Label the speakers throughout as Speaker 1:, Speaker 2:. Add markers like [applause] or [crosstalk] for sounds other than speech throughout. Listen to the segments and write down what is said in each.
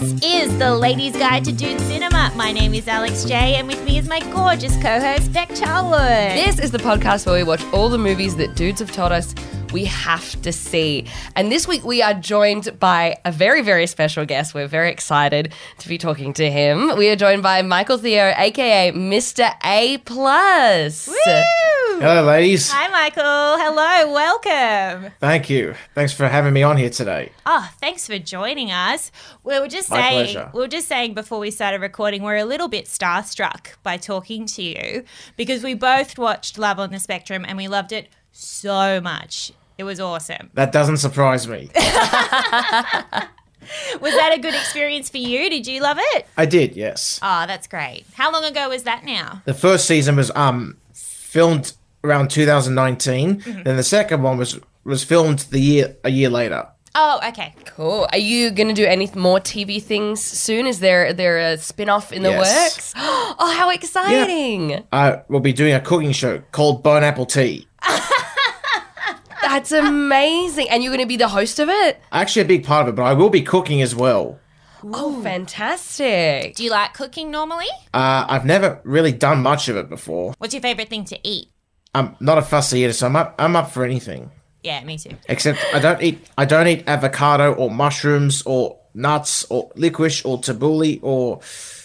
Speaker 1: the Ladies Guide to Dude Cinema. My name is Alex J, and with me is my gorgeous co-host Beck Charwood.
Speaker 2: This is the podcast where we watch all the movies that dudes have told us we have to see. And this week we are joined by a very, very special guest. We're very excited to be talking to him. We are joined by Michael Theo, aka Mr. A Plus.
Speaker 1: Woo!
Speaker 3: Hello, ladies.
Speaker 1: Hi, Michael. Hello. Welcome.
Speaker 3: Thank you. Thanks for having me on here today.
Speaker 1: Oh, thanks for joining us. We were just
Speaker 3: My
Speaker 1: saying,
Speaker 3: pleasure.
Speaker 1: we were just saying before we started recording, we're a little bit starstruck by talking to you because we both watched Love on the Spectrum and we loved it so much. It was awesome.
Speaker 3: That doesn't surprise me.
Speaker 1: Was that a good experience for you? Did you love it?
Speaker 3: I did, yes.
Speaker 1: Oh, that's great. How long ago was that now?
Speaker 3: The first season was um filmed around 2019. Then the second one was was filmed the year a year later.
Speaker 1: Oh, okay.
Speaker 2: Cool. Are you going to do any more TV things soon? Is there, there a spin off in the works?
Speaker 3: Yes.
Speaker 2: [gasps] Oh, how exciting!
Speaker 3: I will be doing a cooking show called Bone Apple Tea.
Speaker 2: That's amazing. And you're going to be the host of it?
Speaker 3: Actually, a big part of it, but I will be cooking as well.
Speaker 2: Oh, fantastic.
Speaker 1: Do you like cooking normally?
Speaker 3: Uh, I've never really done much of it before.
Speaker 1: What's your favorite thing to eat?
Speaker 3: I'm not a fussy eater, so I'm up, I'm up for anything.
Speaker 1: Yeah, me too.
Speaker 3: Except I don't eat I don't eat avocado or mushrooms or nuts or licorice or tabbouleh or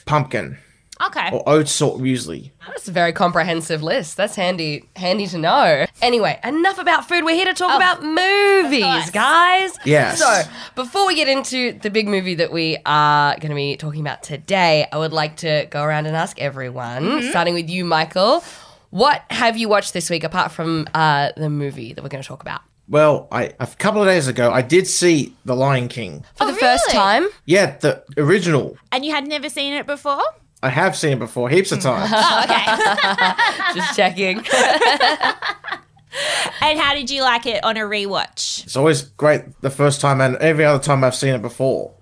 Speaker 3: pumpkin
Speaker 1: Okay.
Speaker 3: or oats or muesli.
Speaker 2: That's a very comprehensive list. That's handy handy to know. Anyway, enough about food. We're here to talk about
Speaker 1: course.
Speaker 2: movies, guys.
Speaker 3: Yes.
Speaker 2: So, before we get into the big movie that we are going to be talking about today, I would like to go around and ask everyone, starting with you, Michael, what have you watched this week apart from uh, the movie that we're going to talk about?
Speaker 3: Well, I a couple of days ago I did see The Lion King.
Speaker 2: For the first
Speaker 1: really?
Speaker 2: time,
Speaker 3: Yeah, the original.
Speaker 1: And you had never seen it before?
Speaker 3: I have seen it before heaps of
Speaker 1: [laughs]
Speaker 3: times.
Speaker 1: Oh, okay.
Speaker 2: just checking. [laughs]
Speaker 1: and how did you like it on a rewatch?
Speaker 3: it's always great the first time and every other time I've seen it before.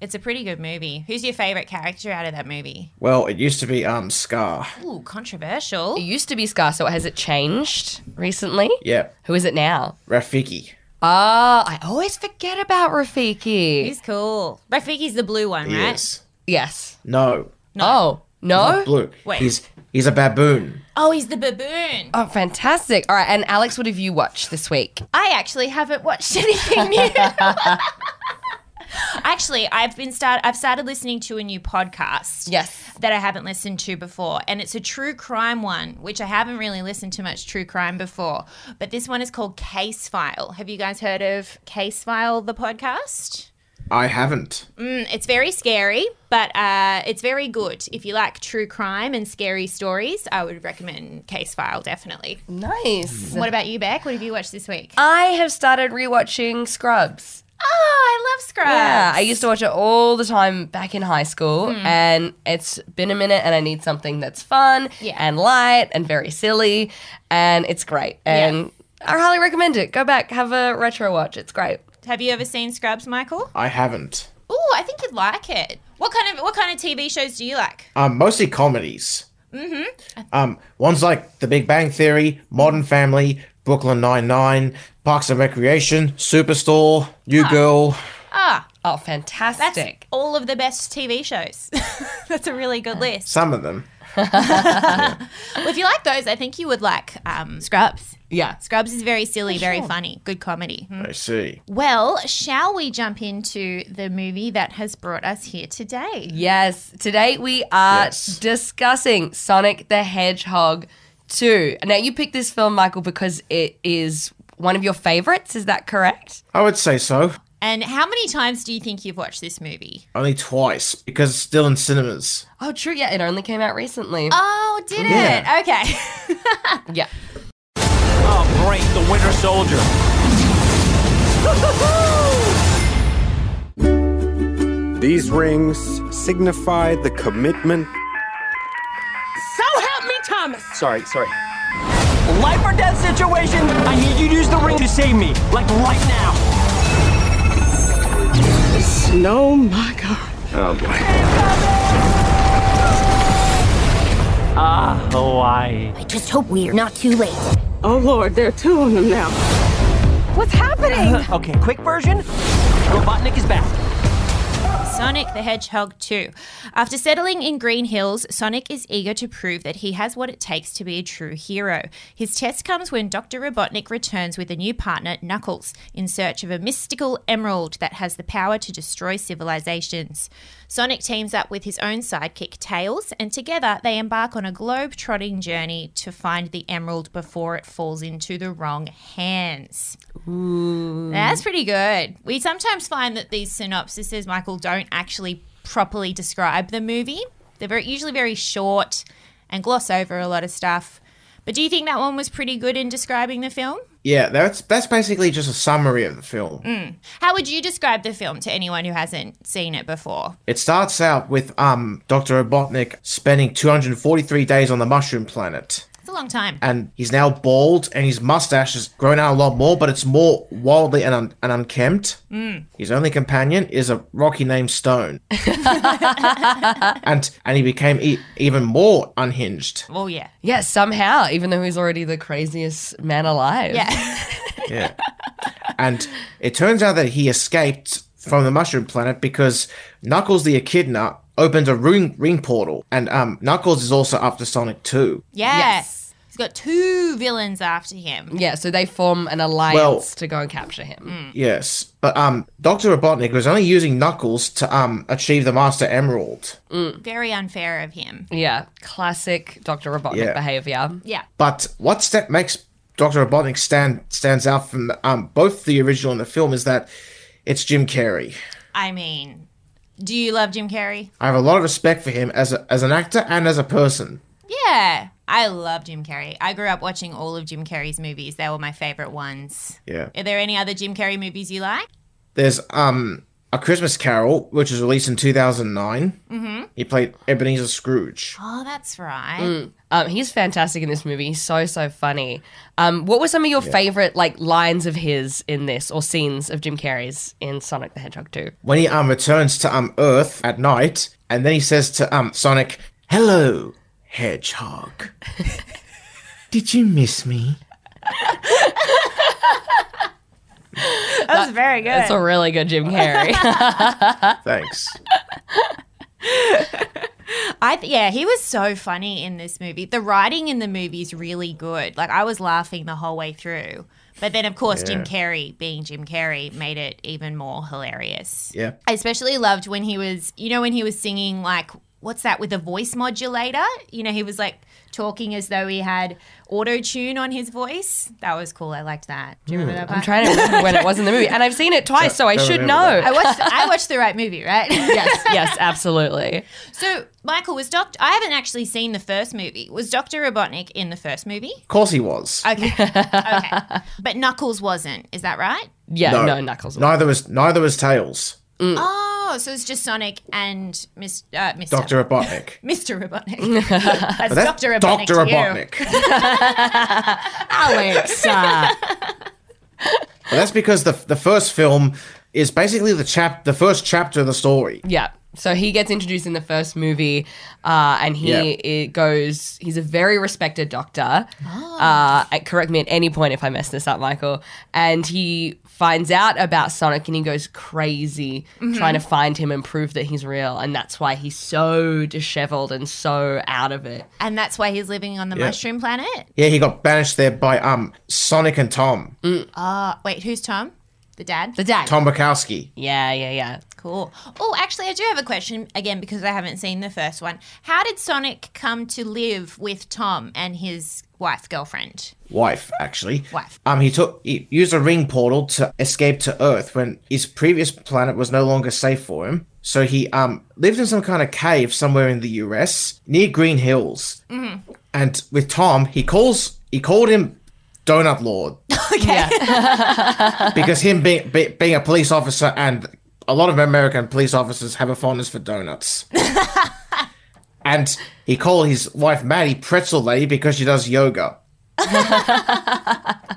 Speaker 1: It's a pretty good movie. Who's your favorite character out of that movie?
Speaker 3: Well, it used to be um Scar.
Speaker 1: Ooh, controversial.
Speaker 2: it used to be Scar, so has it changed recently?
Speaker 3: Yeah,
Speaker 2: Who is it now?
Speaker 3: Rafiki.
Speaker 2: Ah, I always forget about Rafiki.
Speaker 1: He's cool. Rafiki's the blue one, right?
Speaker 3: Yes.
Speaker 2: yes.
Speaker 3: No.
Speaker 2: Oh, no?
Speaker 3: Blue.
Speaker 1: Wait.
Speaker 3: He's he's a baboon.
Speaker 1: Oh, he's the baboon.
Speaker 2: Oh, fantastic. All right. And Alex, what have you watched this week?
Speaker 1: I actually haven't watched [laughs] anything new. actually, I've been start I've started listening to a new podcast.
Speaker 2: Yes.
Speaker 1: that I haven't listened to before. And it's a true crime one, which I haven't really listened to much true crime before. But this one is called Case File. Have you guys heard of Case File, the podcast?
Speaker 3: I haven't.
Speaker 1: Mm, it's very scary, but uh, it's very good. If you like true crime and scary stories, I would recommend Case File, definitely.
Speaker 2: Nice.
Speaker 1: What about you, Beck? What have you watched this week?
Speaker 2: I have started rewatching Scrubs.
Speaker 1: Oh, I love Scrubs.
Speaker 2: Yeah, I used to watch it all the time back in high school, and it's been a minute, and I need something that's fun
Speaker 1: Yeah.
Speaker 2: and light and very silly, and it's great. And I highly recommend it. Go back, have a retro watch. It's great.
Speaker 1: Have you ever seen Scrubs, Michael?
Speaker 3: I haven't.
Speaker 1: Oh, I think you'd like it. What kind of what kind of TV shows do you like?
Speaker 3: Um, mostly comedies. Mm-hmm. Um, ones like The Big Bang Theory, Modern Family, Brooklyn Nine Nine, Parks and Recreation, Superstore, New Girl.
Speaker 1: Ah,
Speaker 2: Oh,
Speaker 1: That's
Speaker 2: fantastic.
Speaker 1: all of the best TV shows. [laughs] That's a really good list.
Speaker 3: Some of them.
Speaker 1: Well, if you like those, I think you would like um, Scrubs.
Speaker 2: yeah.
Speaker 1: Scrubs is very silly, very funny, good comedy.
Speaker 3: I see.
Speaker 1: Well, shall we jump into the movie that has brought us here today?
Speaker 2: Yes. Today we are
Speaker 3: Yes.
Speaker 2: discussing Sonic the Hedgehog 2. Now, you picked this film, Michael, because it is one of your favorites. Is that correct?
Speaker 3: I would say so.
Speaker 1: And how many times do you think you've watched this movie?
Speaker 3: Only twice because it's still in cinemas.
Speaker 2: Oh, true. Yeah, it only came out recently.
Speaker 1: Oh, did
Speaker 3: Yeah.
Speaker 1: it? Okay.
Speaker 2: Uh,
Speaker 1: [laughs]
Speaker 2: yeah.
Speaker 4: I'll break Oh, the Winter Soldier.
Speaker 5: These rings signify the commitment.
Speaker 6: So help me, Thomas.
Speaker 5: Sorry, sorry.
Speaker 4: Life or death situation. I need you to use the ring to save me, like right now.
Speaker 6: No, my God.
Speaker 5: Oh boy.
Speaker 4: Ah, Hawaii.
Speaker 7: Just hope we're not too late.
Speaker 6: Oh Lord, there are two of them now. What's happening?
Speaker 4: Okay, quick version. Robotnik is back.
Speaker 1: Sonic the Hedgehog 2. After settling in Green Hills, Sonic is eager to prove that he has what it takes to be a true hero. His test comes when Dr. Robotnik returns with a new partner, Knuckles, in search of a mystical emerald that has the power to destroy civilizations. Sonic teams up with his own sidekick, Tails, and together they embark on a globe-trotting journey to find the emerald before it falls into the wrong hands. That's pretty good. We sometimes find that these synopsises, Michael, don't actually properly describe the movie. They're very, usually very short and gloss over a lot of stuff. But do you think that one was pretty good in describing the film?
Speaker 3: Yeah, that's that's basically just a summary of the film.
Speaker 1: How would you describe the film to anyone who hasn't seen it before?
Speaker 3: It starts out with um Dr. Robotnik spending 243 days on the mushroom planet.
Speaker 1: It's a long time.
Speaker 3: And he's now bald, and his mustache has grown out a lot more, but it's more wildly and, un- and unkempt. His only companion is a rocky named Stone, and and he became e- even more unhinged.
Speaker 1: Well, yeah.
Speaker 2: Yeah, somehow, even though he's already the craziest man alive.
Speaker 1: Yeah.
Speaker 3: Yeah. and it turns out that he escaped from the mushroom planet because Knuckles the Echidna opened a ring ring portal. And um Knuckles is also after Sonic 2.
Speaker 1: yeah.
Speaker 2: Yes.
Speaker 1: He's got two villains after him.
Speaker 2: Yeah, so they form an alliance
Speaker 3: Well-
Speaker 2: to go and capture him.
Speaker 3: Yes. But um Dr. Robotnik was only using Knuckles to um achieve the Master Emerald.
Speaker 1: Very unfair of him.
Speaker 2: Yeah, classic Dr. Robotnik
Speaker 3: Yeah.
Speaker 2: behavior.
Speaker 1: Yeah.
Speaker 3: But what step makes Dr. Robotnik stand stands out from um both the original and the film is that it's Jim Carrey.
Speaker 1: I mean, do you love Jim Carrey?
Speaker 3: I have a lot of respect for him as a, as an actor and as a person.
Speaker 1: Yeah. I love Jim Carrey. I grew up watching all of Jim Carrey's movies. They were my favorite ones.
Speaker 3: Yeah.
Speaker 1: Are there any other Jim Carrey movies you like?
Speaker 3: There's um a Christmas Carol, which was released in 2009. Mm-hmm. He played Ebenezer Scrooge.
Speaker 1: Oh, that's right.
Speaker 2: Um, he's fantastic in this movie. He's so, so funny. Um, what were some of your favorite like lines of his in this or scenes of Jim Carrey's in Sonic the Hedgehog 2?
Speaker 3: When he um returns to um Earth at night, and then he says to um Sonic, "Hello, [laughs] Hedgehog. Did you miss me?"
Speaker 1: That was very good.
Speaker 2: That's a really good Jim Carrey.
Speaker 3: Thanks.
Speaker 1: I th- yeah, he was so funny in this movie. The writing in the movie is really good. Like I was laughing the whole way through. But then of course Jim Carrey being Jim Carrey made it even more hilarious.
Speaker 3: Yeah.
Speaker 1: I especially loved when he was, you know, when he was singing like, what's that with a voice modulator? You know, he was like talking as though he had auto tune on his voice. That was cool. I liked that. Do you remember that part?
Speaker 2: I'm trying to remember when it was in the movie. And I've seen it twice, so I
Speaker 3: don't
Speaker 2: should
Speaker 3: remember
Speaker 2: know.
Speaker 1: I watched, I watched the right movie, right?
Speaker 2: yes, yes, absolutely.
Speaker 1: [laughs] So, Michael, was Doctor. I haven't actually seen the first movie. Was Dr. Robotnik in the first movie?
Speaker 3: Of course he was.
Speaker 1: Okay. okay. But Knuckles wasn't. Is that right?
Speaker 2: Yeah, no,
Speaker 3: No.
Speaker 2: Knuckles.
Speaker 3: neither was neither was Tails.
Speaker 1: Oh, so it's just Sonic and Miss, uh, Mr.
Speaker 3: Doctor Robotnik.
Speaker 1: Mr. Robotnik. That's,
Speaker 3: That's
Speaker 1: Dr. Robotnik.
Speaker 3: Dr.
Speaker 1: to you.
Speaker 3: Robotnik.
Speaker 2: Alexa.
Speaker 3: But that's because the the first film is basically the chap the first chapter of the story.
Speaker 2: Yeah. So he gets introduced in the first movie, uh, and he it goes. He's a very respected doctor. Uh, and correct me at any point if I mess this up, Michael. And he finds out about Sonic, and he goes crazy trying to find him and prove that he's real. And that's why he's so dishevelled and so out of it.
Speaker 1: And that's why he's living on the mushroom planet?
Speaker 3: Yeah, he got banished there by um Sonic and Tom,
Speaker 1: Wait, who's Tom? The dad?
Speaker 2: The dad.
Speaker 3: Tom Bukowski.
Speaker 2: Yeah, yeah, yeah.
Speaker 1: cool. Oh, actually, I do have a question again because I haven't seen the first one. How did Sonic come to live with Tom and his wife, girlfriend?
Speaker 3: wife actually
Speaker 1: Wife.
Speaker 3: um he took he used a ring portal to escape to earth when his previous planet was no longer safe for him so he um lived in some kind of cave somewhere in the us near green hills and with tom he calls he called him donut lord because him being be, being a police officer and a lot of american police officers have a fondness for donuts and he called his wife maddie pretzel lady because she does yoga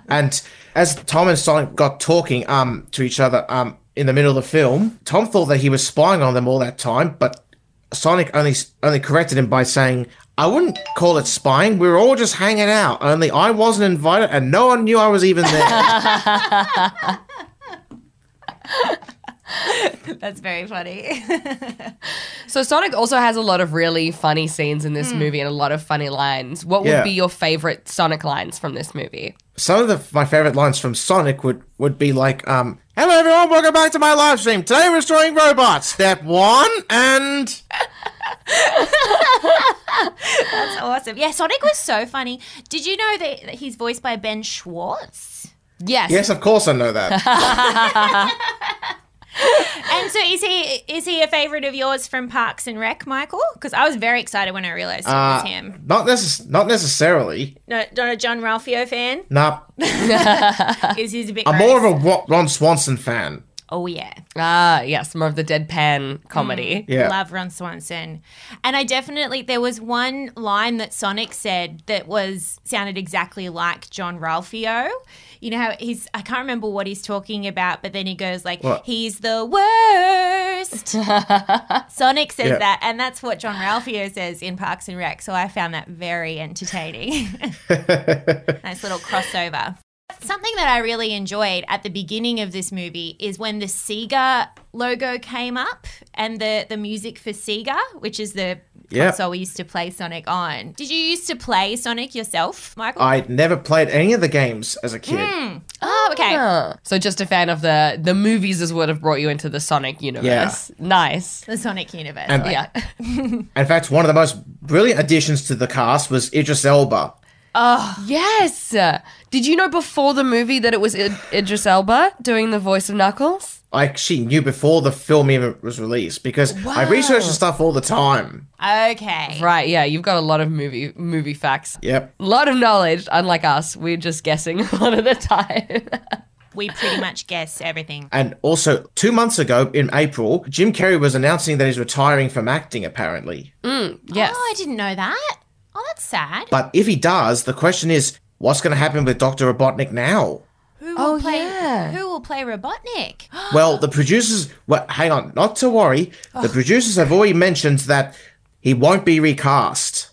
Speaker 3: and as Tom and Sonic got talking um to each other um in the middle of the film, Tom thought that he was spying on them all that time, but Sonic only only corrected him by saying, "I wouldn't call it spying. We were all just hanging out. Only I wasn't invited, and no one knew I was even there."
Speaker 1: That's very funny. [laughs]
Speaker 2: So Sonic also has a lot of really funny scenes in this movie and a lot of funny lines. What would
Speaker 3: Yeah.
Speaker 2: be your favorite Sonic lines from this movie?
Speaker 3: some of the my favorite lines from Sonic would would be like, um, "Hello everyone, welcome back to my live stream. Today we're destroying robots. Step one, and
Speaker 1: That's awesome. Yeah, Sonic was so funny. Did you know that that he's voiced by Ben Schwartz?
Speaker 2: Yes.
Speaker 3: yes, of course I know that.
Speaker 1: And so is he is he a favorite of yours from Parks and Rec, Michael? Because I was very excited when I realized it
Speaker 3: Uh,
Speaker 1: was him.
Speaker 3: not necess- not necessarily.
Speaker 1: No, not a John Ralphio fan.
Speaker 3: Nah,
Speaker 1: Is he's a bit
Speaker 3: uh, I'm more of a Ro- Ron Swanson fan.
Speaker 1: Oh yeah.
Speaker 2: Ah, yes, more of the deadpan comedy.
Speaker 3: Yeah,
Speaker 1: Love Ron Swanson. And I definitely there was one line that Sonic said that was sounded exactly like John Ralphio. You know how he's I can't remember what he's talking about, but then he goes like
Speaker 3: What?
Speaker 1: he's the
Speaker 3: [laughs]
Speaker 1: worst. Sonic says
Speaker 3: Yeah.
Speaker 1: that and that's what John Ralphio says in Parks and Rec, so I found that very
Speaker 3: [laughs]
Speaker 1: entertaining. [laughs] nice little crossover. Something that I really enjoyed at the beginning of this movie is when the Sega logo came up and the, the music for Sega, which is the
Speaker 3: Yep.
Speaker 1: console we used to play Sonic on. Did you used to play Sonic yourself, Michael?
Speaker 3: I never played any of the games as a kid.
Speaker 1: oh, okay.
Speaker 2: Ah. So just a fan of the the movies is what have brought you into the Sonic universe. Nice.
Speaker 1: The Sonic universe.
Speaker 3: And-
Speaker 2: Yeah. [laughs]
Speaker 3: In fact, one of the most brilliant additions to the cast was Idris Elba.
Speaker 2: yes. Did you know before the movie that it was Id- Idris Elba doing the voice of Knuckles?
Speaker 3: I actually knew before the film even was released because I research the stuff all the time.
Speaker 1: okay.
Speaker 2: Right. Yeah. You've got a lot of movie movie facts.
Speaker 3: Yep.
Speaker 2: A lot of knowledge. Unlike us, we're just guessing [laughs] a lot of the time.
Speaker 1: We pretty much guess
Speaker 3: [gasps]
Speaker 1: everything.
Speaker 3: And also, two months ago in April, Jim Carrey was announcing that he's retiring from acting, apparently.
Speaker 2: yes.
Speaker 1: Oh, I didn't know that. Oh, that's sad.
Speaker 3: But if he does, the question is what's going to happen with Dr. Robotnik now?
Speaker 1: Who will
Speaker 2: Oh,
Speaker 1: play
Speaker 2: yeah.
Speaker 1: who will play Robotnik? [gasps]
Speaker 3: Well, the producers, well, hang on, not to worry. The producers have already mentioned that he won't be recast,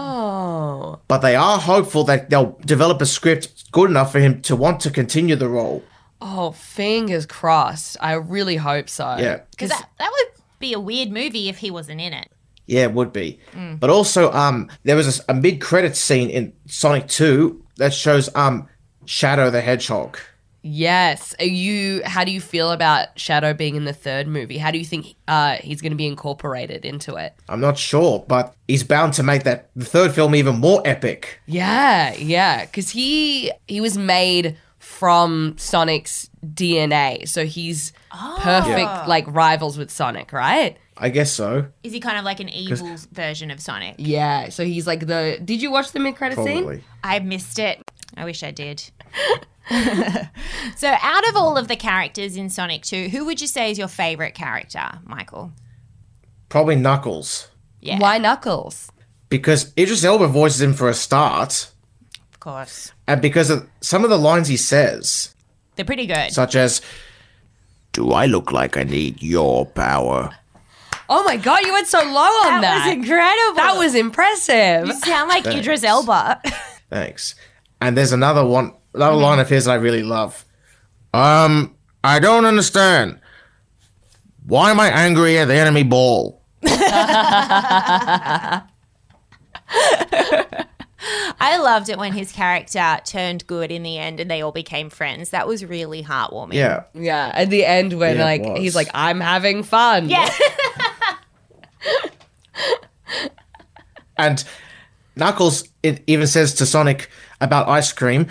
Speaker 2: Oh.
Speaker 3: but they are hopeful that they'll develop a script good enough for him to want to continue the role.
Speaker 2: Oh, fingers crossed. I really hope so.
Speaker 3: Yeah.
Speaker 1: Because that, that would be a weird movie if he wasn't in it.
Speaker 3: Yeah, it would be.
Speaker 2: Mm.
Speaker 3: But also, um, there was a s- a, mid credit scene in Sonic 2 that shows um, Shadow the Hedgehog.
Speaker 2: Yes. Are you how do you feel about Shadow being in the third movie? How do you think uh, he's going to be incorporated into it?
Speaker 3: I'm not sure, but he's bound to make that the third film even more epic.
Speaker 2: Yeah, yeah, cuz he he was made from Sonic's DNA. So he's perfect
Speaker 1: Ah.
Speaker 2: like rivals with Sonic, right?
Speaker 3: I guess so.
Speaker 1: Is he kind of like an evil version of Sonic?
Speaker 2: Yeah. So he's like the Did you watch the mid-credit scene?
Speaker 3: Probably.
Speaker 1: I missed it. I wish I did. so, out of all of the characters in Sonic 2, who would you say is your favorite character, Michael?
Speaker 3: Probably Knuckles.
Speaker 1: Yeah,
Speaker 2: Why Knuckles?
Speaker 3: Because Idris Elba voices him for a start,
Speaker 1: of course.
Speaker 3: and because of some of the lines he says,
Speaker 1: They're pretty good.
Speaker 3: such as, Do I look like I need your power?
Speaker 2: Oh my god, you went so low on that.
Speaker 1: was incredible.
Speaker 2: That was impressive.
Speaker 1: You sound like Idris Elba.
Speaker 3: Thanks. And there's another one, another line of his that I really love. Um, I don't understand. Why am I angry at the enemy ball?
Speaker 1: I loved it when his character turned good in the end and they all became friends. That was really heartwarming.
Speaker 3: Yeah.
Speaker 2: Yeah, at the end when
Speaker 3: Yeah, it
Speaker 2: like
Speaker 3: was.
Speaker 2: he's like, I'm having fun.
Speaker 1: Yeah.
Speaker 3: And Knuckles it even says to Sonic about ice cream,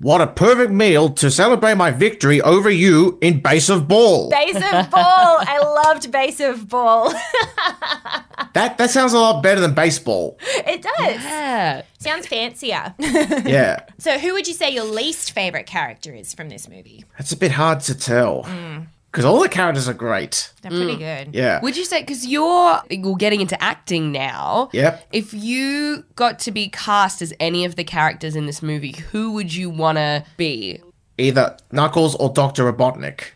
Speaker 3: "What a perfect meal to celebrate my victory over you in base of ball."
Speaker 1: Base of Ball. I loved Base of Ball. [laughs]
Speaker 3: That that sounds a lot better than baseball.
Speaker 1: [laughs] It does.
Speaker 2: Yeah.
Speaker 1: Sounds fancier.
Speaker 3: Yeah.
Speaker 1: so, who would you say your least favorite character is from this movie?
Speaker 3: That's a bit hard to tell.
Speaker 1: Mm.
Speaker 3: Cuz all the characters are great.
Speaker 1: They're pretty good.
Speaker 3: Hmm. Yeah.
Speaker 2: Would you say because you're you're getting into acting now?
Speaker 3: Yep.
Speaker 2: If you got to be cast as any of the characters in this movie, who would you want to be?
Speaker 3: Either Knuckles or Dr. Robotnik.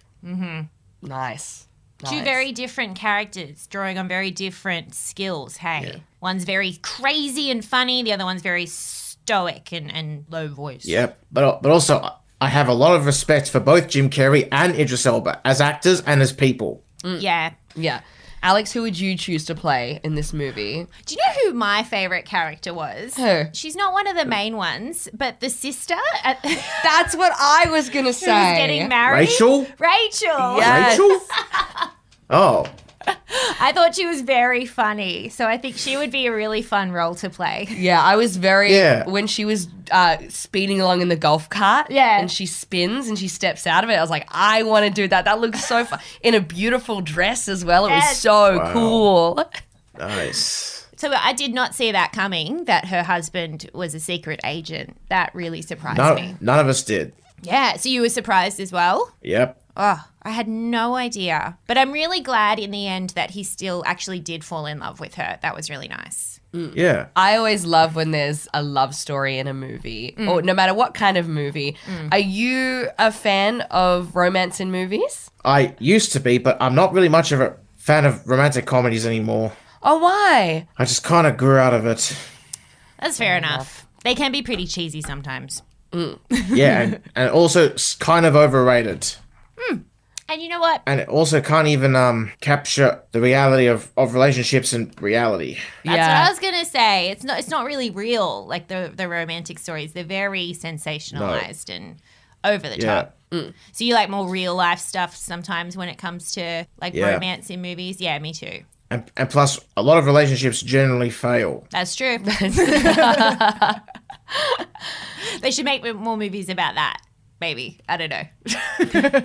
Speaker 2: Nice.
Speaker 1: Two
Speaker 2: Nice.
Speaker 1: very different characters drawing on very different skills. Hey, one's very crazy and funny, the other one's very stoic and, and low voice.
Speaker 3: Yep. But but also I- I have a lot of respect for both Jim Carrey and Idris Elba as actors and as people.
Speaker 2: Mm.
Speaker 1: Yeah.
Speaker 2: Yeah. Alex, who would you choose to play in this movie?
Speaker 1: Do you know who my favorite character was?
Speaker 2: Who?
Speaker 1: She's not one of the main ones, but the sister at [laughs] who's
Speaker 2: That's what I was gonna say.
Speaker 1: getting married.
Speaker 3: Rachel?
Speaker 1: Rachel.
Speaker 2: Yeah.
Speaker 1: [laughs]
Speaker 2: Yes.
Speaker 3: Rachel? oh,
Speaker 1: I thought she was very funny, so I think she would be a really fun role to play.
Speaker 2: Yeah, I was very
Speaker 3: Yeah.
Speaker 2: when she was uh, speeding along in the golf cart.
Speaker 1: Yeah.
Speaker 2: and she spins and she steps out of it. I was like, I want to do that. That looks so fun in a beautiful dress as well. It was
Speaker 1: Yes.
Speaker 2: so cool.
Speaker 3: nice.
Speaker 1: So I did not see that coming that her husband was a secret agent. That really surprised me.
Speaker 3: None, none of us did.
Speaker 1: Yeah, so you were surprised as well?
Speaker 3: Yep.
Speaker 1: Oh, I had no idea. But I'm really glad in the end that he still actually did fall in love with her. That was really nice.
Speaker 3: Yeah.
Speaker 2: I always love when there's a love story in a movie, or no matter what kind of movie. Are you a fan of romance in movies?
Speaker 3: I used to be, but I'm not really much of a fan of romantic comedies anymore.
Speaker 2: Oh, why?
Speaker 3: I just kind of grew out of it.
Speaker 1: That's fair, enough. They can be pretty cheesy sometimes.
Speaker 3: Yeah, and, and also it's kind of overrated.
Speaker 1: And you know what?
Speaker 3: And it also can't even um, capture the reality of, of relationships and reality.
Speaker 1: That's what I was gonna say. It's not. It's not really real. Like the the romantic stories, they're very sensationalized and over the
Speaker 3: Yeah.
Speaker 1: top. So you like more real life stuff sometimes when it comes to like
Speaker 3: Yeah.
Speaker 1: romance in movies. Yeah, me too.
Speaker 3: And, and plus, a lot of relationships generally fail.
Speaker 1: That's
Speaker 2: [laughs]
Speaker 1: true. they should make more movies about that. Maybe I
Speaker 2: [laughs]
Speaker 1: don't know.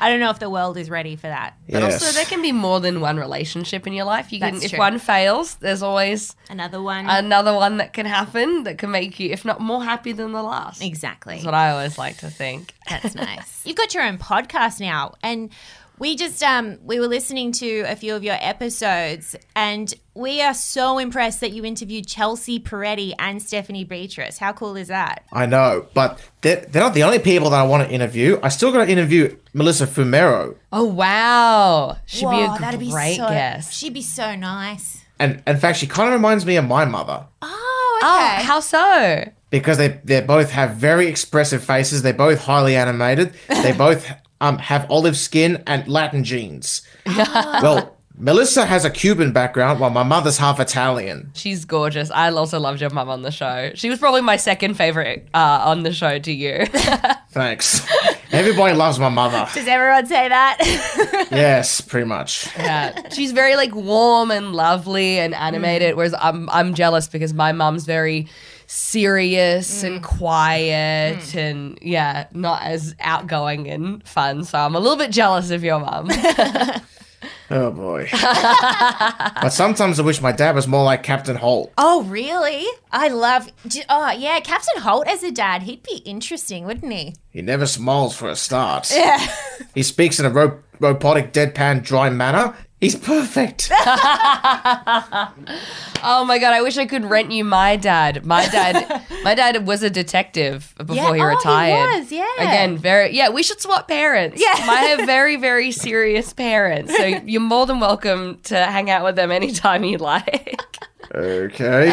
Speaker 1: I don't know if the world is ready for that.
Speaker 2: But
Speaker 3: Yes.
Speaker 2: also, there can be more than one relationship in your life. You can,
Speaker 1: That's
Speaker 2: if
Speaker 1: true.
Speaker 2: one fails, there's always
Speaker 1: Another one.
Speaker 2: another one that can happen that can make you, if not more happy than the last.
Speaker 1: exactly.
Speaker 2: That's what I always like to think. [laughs]
Speaker 1: That's nice. You've got your own podcast now, and we just um we were listening to a few of your episodes, and we are so impressed that you interviewed Chelsea Peretti and Stephanie Beatrice. How cool is that?
Speaker 3: I know, but they're, they're not the only people that I want to interview. I still got to interview Melissa Fumero.
Speaker 2: Oh wow, she'd
Speaker 1: Whoa,
Speaker 2: be a great
Speaker 1: so,
Speaker 2: guest.
Speaker 1: She'd be so nice.
Speaker 3: And in fact, she kind of reminds me of my mother
Speaker 1: Oh,
Speaker 2: Oh,
Speaker 1: okay.
Speaker 2: how so?
Speaker 3: because they, they both have very expressive faces. They're both highly animated. They both um, have olive skin and Latin genes. well, Melissa has a Cuban background while my mother's half Italian.
Speaker 2: She's gorgeous. I also loved your mum on the show. She was probably my second favorite uh, on the show to you.
Speaker 3: Thanks. Everybody loves my mother.
Speaker 1: [laughs] Does everyone say that?
Speaker 3: Yes, pretty much.
Speaker 2: [laughs] yeah. She's very like warm and lovely and animated,
Speaker 1: Mm.
Speaker 2: whereas I'm I'm jealous because my mum's very serious
Speaker 1: Mm.
Speaker 2: and quiet and yeah, not as outgoing and fun. So I'm a little bit jealous of your
Speaker 1: [laughs]
Speaker 2: mum.
Speaker 3: Oh boy. but sometimes I wish my dad was more like Captain Holt.
Speaker 1: oh, really? I love. d- Oh, yeah. Captain Holt as a dad, he'd be interesting, wouldn't he?
Speaker 3: He never smiles for a start. Yeah. he speaks in a ro- robotic, deadpan, dry manner. He's perfect.
Speaker 2: Oh my god, I wish I could rent you my dad.
Speaker 1: [laughs]
Speaker 2: My dad my dad was a detective before
Speaker 1: Yeah,
Speaker 2: he
Speaker 1: oh, he
Speaker 2: retired.
Speaker 1: was, yeah.
Speaker 2: Again, very yeah, we should swap parents.
Speaker 1: Yeah.
Speaker 2: I have [laughs] very, very serious parents. So you're more than welcome to hang out with them anytime you like.
Speaker 3: okay.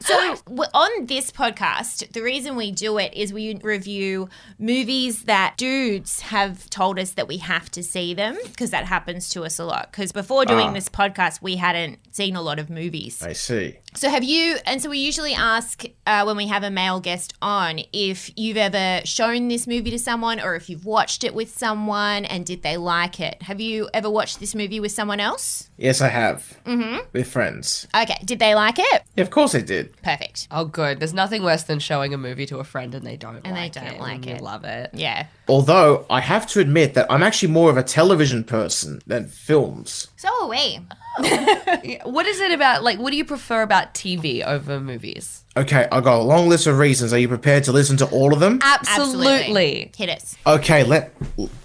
Speaker 1: So w- on this podcast, the reason we do it is we review movies that dudes have told us that we have to see them because that happens to us a lot. Because before
Speaker 2: Ah.
Speaker 1: doing this podcast, we hadn't seen a lot of movies.
Speaker 3: I see.
Speaker 1: So have you? And so we usually ask uh, when we have a male guest on if you've ever shown this movie to someone or if you've watched it with someone and did they like it. Have you ever watched this movie with someone else?
Speaker 3: Yes, I have. Mm-hmm. We're friends.
Speaker 1: Okay, did they like it?
Speaker 3: Yeah, of course I did.
Speaker 1: Perfect.
Speaker 2: [laughs] Oh, good. There's nothing worse than showing a movie to a friend and they don't
Speaker 1: And they
Speaker 2: like
Speaker 1: don't
Speaker 2: it.
Speaker 1: like
Speaker 2: and you
Speaker 1: it.
Speaker 2: love it.
Speaker 1: Yeah.
Speaker 3: Although I have to admit that I'm actually more of a television person than films.
Speaker 1: So are we.
Speaker 2: What is it about, like, what do you prefer about TV over movies?
Speaker 3: Okay, I got a long list of reasons. Are you prepared to listen to all of them?
Speaker 2: Absolutely.
Speaker 1: Hit us. Oh,
Speaker 3: Okay, let